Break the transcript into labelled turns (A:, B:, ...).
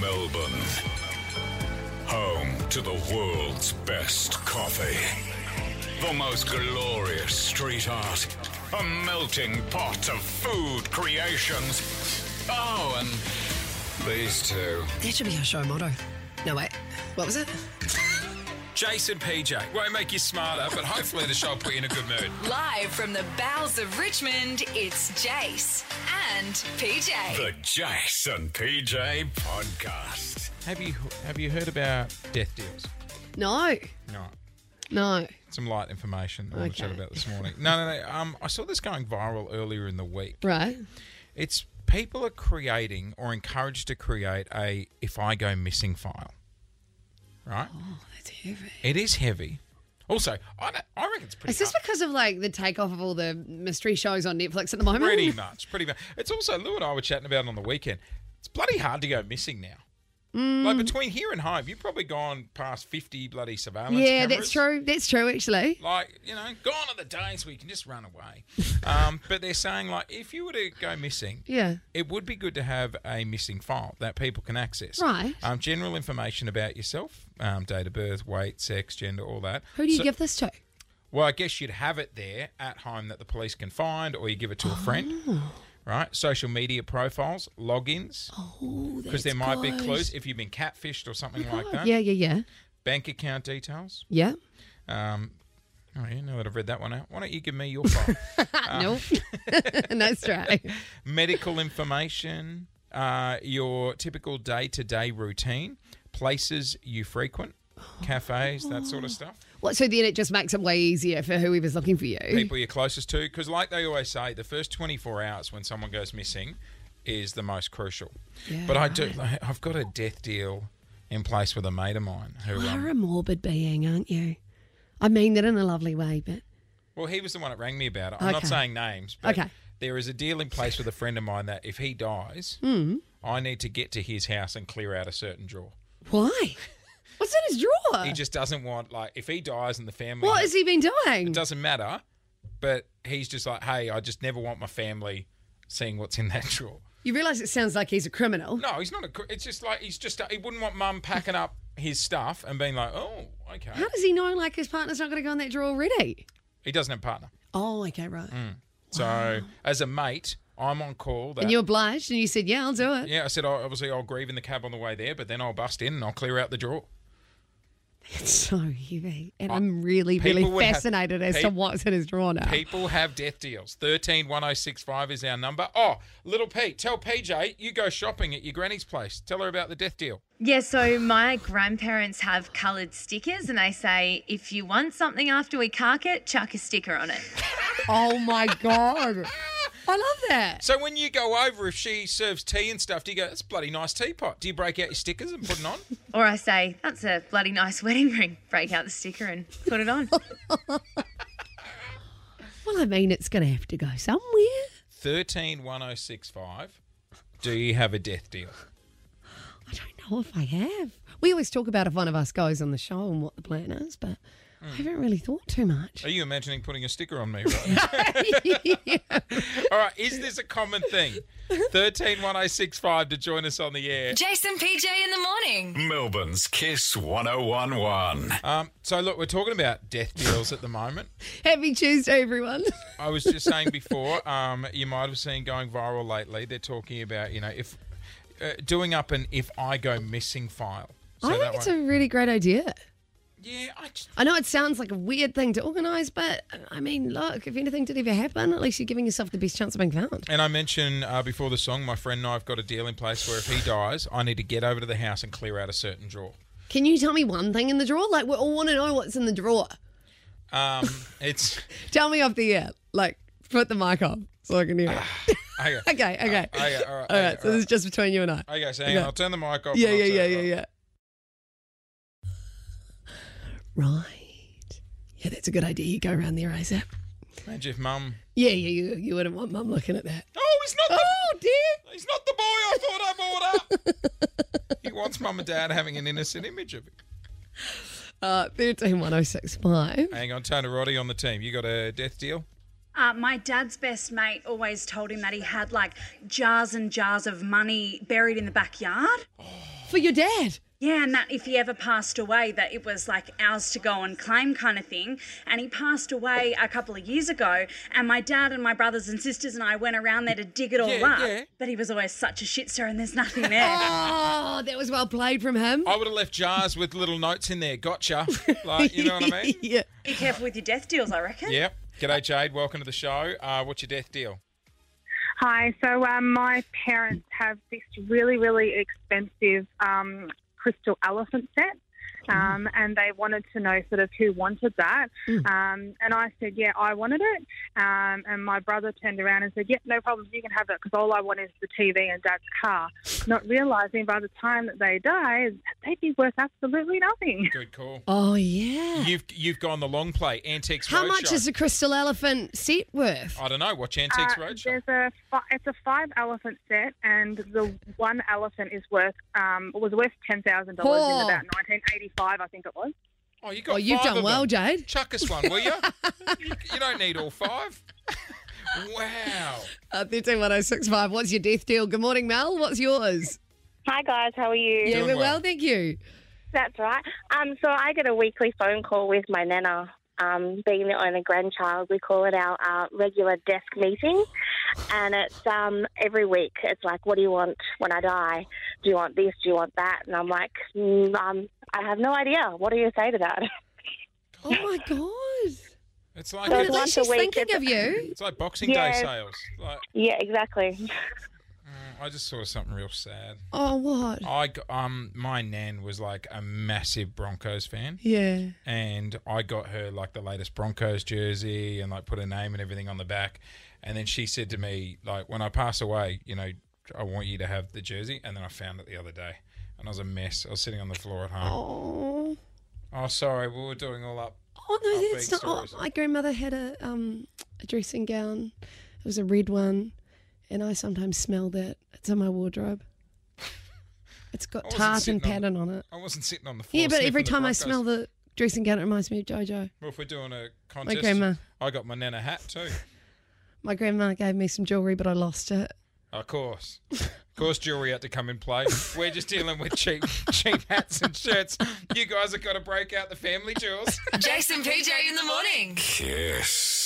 A: Melbourne, home to the world's best coffee, the most glorious street art, a melting pot of food creations. Oh, and these two.
B: That should be our show motto. No, wait. What was it?
C: Jason PJ. Won't make you smarter, but hopefully the show will put you in a good mood.
D: Live from the bowels of Richmond, it's Jace and PJ.
A: The Jason PJ Podcast.
C: Have you have you heard about death deals?
B: No,
C: No.
B: no.
C: Some light information I want to chat
B: Okay.
C: about this morning. No, no, no. Um, I saw this going viral earlier in the week.
B: Right.
C: It's people are creating or encouraged to create a if I go missing file. Right?
B: Oh, that's heavy.
C: It is heavy. Also, I, don't, I reckon it's pretty
B: Is this
C: hard.
B: because of like the takeoff of all the mystery shows on Netflix at the moment?
C: pretty much, pretty much. It's also Lou and I were chatting about it on the weekend. It's bloody hard to go missing now.
B: Mm.
C: Like between here and home, you've probably gone past fifty bloody surveillance.
B: Yeah,
C: cameras.
B: that's true. That's true, actually.
C: Like you know, gone are the days where you can just run away. um, but they're saying like if you were to go missing,
B: Yeah.
C: it would be good to have a missing file that people can access.
B: Right.
C: Um, general information about yourself, um, date of birth, weight, sex, gender, all that.
B: Who do you
C: So-
B: give this to?
C: well, I guess you'd have it there at home that the police can find, or you give it to a friend. Right? Social media profiles, logins,
B: Oh,
C: because there might be clues if you've been catfished or something like that.
B: Yeah, yeah, yeah.
C: Bank account details.
B: Yeah.
C: Um, oh, yeah, now that I've read that one out, why don't you give me your file? Ah.
B: No. nice try.
C: Medical information, uh, your typical day to day routine, places you frequent, cafes, that sort of stuff.
B: What, so then it just makes it way easier for whoever's looking for you.
C: people you're closest to because like they always say the first 24 hours when someone goes missing is the most crucial
B: Yeah,
C: but i do i've got a death deal in place with a mate of mine who
B: You're
C: um,
B: a morbid being, aren't you? I mean that in a lovely way, but
C: well he was the one that rang me about it i'm not
B: Okay.
C: saying names but
B: Okay.
C: there is a deal in place with a friend of mine that if he dies
B: Mm.
C: i need to get to his house and clear out a certain drawer
B: why? What's in his drawer?
C: he just doesn't want like if he dies and the family
B: what has he been doing?
C: it doesn't matter but he's just like hey i just never want my family seeing what's in that drawer
B: You realise it sounds like he's a criminal.
C: No, he's not a. cr- It's just like he's just. He wouldn't want mum packing up his stuff and being like, oh, okay.
B: How does he know like his partner's not going to go in that drawer already?
C: He doesn't have a partner,
B: Oh, okay, right.
C: Mm. so as a mate, I'm on call. That,
B: And you obliged, and you said, "Yeah, I'll do it."
C: yeah, I said I'll, obviously I'll grieve in the cab on the way there, but then I'll bust in and I'll clear out the drawer.
B: It's so heavy, and I'm really, really
C: people would have-
B: fascinated as to
C: peop-
B: what's in his drawer now.
C: People have death deals. Thirteen one zero six five is our number. Oh, little Pete, tell PJ you go shopping at your granny's place. Tell her about the death deal.
E: Yeah, so my grandparents have coloured stickers, and they say if you want something after we cark it, chuck a sticker on it.
B: oh my god, I love that.
C: So when you go over, if she serves tea and stuff, do you go? That's a bloody nice teapot. Do you break out your stickers and put it on?
E: Or I say, that's a bloody nice wedding ring. Break out the sticker and put it on.
B: Well, I mean, it's going to have to go somewhere.
C: 131065. Do you have a death deal?
B: I don't know if I have. We always talk about if one of us goes on the show and what the plan is, but I haven't really thought too much.
C: Mm. Are you imagining putting a sticker on me? Right? All right. Is this a common thing? 131065 to join us on the air.
D: Jason PJ in the morning.
A: Melbourne's Kiss 1011.
C: Um, so, look, we're talking about death deals at the moment.
B: Happy Tuesday, everyone.
C: I was just saying before, um, you might have seen going viral lately. They're talking about, you know, if uh, doing up an if I go missing file. So
B: I
C: that
B: think it's
C: one-
B: a really great idea.
C: yeah, I just,
B: I know it sounds like a weird thing to organise, but uh, I mean, look, if anything did ever happen, at least you're giving yourself the best chance of being found.
C: And I mentioned uh, before the song, my friend and I have got a deal in place where if he dies, I need to get over to the house and clear out a certain drawer.
B: Can you tell me one thing in the drawer? Like, we all want to know what's in the drawer.
C: Um, it's
B: Tell me off the air. Like, put the mic on so I can hear it.
C: okay.
B: Okay, okay.
C: Uh, okay, all right,
B: all right,
C: okay,
B: so
C: all
B: this is just between you and I.
C: Okay, so hang on,
B: Okay.
C: I'll turn the mic off.
B: yeah,
C: and
B: yeah,
C: I'll
B: yeah,
C: turn it
B: yeah,
C: on.
B: yeah. Right. Yeah, that's a good idea. You go around there, ASAP.
C: Imagine if Mum.
B: Yeah, yeah, you, you wouldn't want mum looking at that.
C: Oh, he's not. The,
B: Oh, dear.
C: he's not the boy I thought I brought up. he wants Mum and Dad having an innocent image of him.
B: Uh, 131065.
C: Hang on, Tony Roddy on the team. You got a death deal?
F: Uh, my dad's best mate always told him that he had like jars and jars of money buried in the backyard.
B: for your dad.
F: Yeah, and that if he ever passed away, that it was like ours to go and claim kind of thing. And he passed away a couple of years ago, and my dad and my brothers and sisters and I went around there to dig it all
C: Yeah,
F: up.
C: yeah.
F: But he was always such a shitster, and there's nothing there.
B: Oh, that was well played from him.
C: I would have left jars with little notes in there. Gotcha. Like, you know what I mean?
B: yeah.
F: Be careful with your death deals, I reckon.
C: Yep. G'day, Jade. Welcome to the show. Uh, what's your death deal?
G: Hi. So um, my parents have this really, really expensive um, crystal elephant set. Um, and they wanted to know sort of who wanted that. Um, and I said, yeah, I wanted it. Um, and my brother turned around and said, yeah, no problem, you can have it because all I want is the TV and dad's car. Not realizing by the time that they die, they'd be worth absolutely nothing.
C: Good call.
B: Oh, yeah.
C: You've you've gone the long play. Antiques
B: How
C: Roadshow.
B: much is a crystal elephant set worth?
C: I don't know. Watch Antiques
G: Uh,
C: Roadshow.
G: There's a fi- it's a five elephant set, and the one elephant is worth um, was worth ten thousand dollars
B: Oh.
G: in about 1985, I think it was.
C: Oh, you got.
B: Well, you've
C: five
B: done
C: of
B: well,
C: them.
B: Jade.
C: Chuck us one, will you? you? You don't need all five. wow.
B: Uh, 131065, what's your death deal? Good morning, Mel. What's yours?
H: Hi guys, how are you?
B: Yeah,
C: Doing
B: we're
C: well.
B: well, thank you.
H: That's right. Um, so I get a weekly phone call with my nana. Um, being the only grandchild, we call it our uh, regular desk meeting, and it's um, every week. It's like, what do you want when I die? Do you want this? Do you want that? And I'm like, mm, um, I have no idea. What do you say to that?
B: Oh, my God.
C: It's
B: I
C: like
B: mean,
H: There's
B: at
H: one
B: least she's
H: a week,
B: thinking of you.
C: it's like Boxing Day
H: Yeah.
C: sales. Like,
H: yeah, exactly.
C: I just saw something real sad.
B: Oh, what?
C: I g- um my nan was like a massive Broncos fan,
B: Yeah.
C: and I got her like the latest Broncos jersey and like put her name and everything on the back, and then she said to me like when I pass away, you know, I want you to have the jersey, and then I found it the other day, and I was a mess. I was sitting on the floor at home.
B: Oh.
C: Oh, sorry, we were doing all up.
B: Oh no,
C: Upbeat
B: that's not. oh,
C: stories.
B: my grandmother had a um a dressing gown. It was a red one, and I sometimes smell that. It's in my wardrobe. It's
C: I
B: got
C: wasn't
B: tartan
C: sitting on
B: pattern on it.
C: I wasn't sitting on the floor.
B: Yeah, but
C: sniffing
B: every
C: the
B: time I
C: Broncos.
B: smell the dressing gown, it reminds me of JoJo.
C: well, if we're doing a contest,
B: grandma.
C: I got my nana hat too.
B: My grandma gave me some jewelry, but I lost it.
C: Of course. Of course, jewelry had to come in play. We're just dealing with cheap, cheap hats and shirts. You guys have got to break out the family jewels.
D: Jason PJ in the morning.
A: Kiss.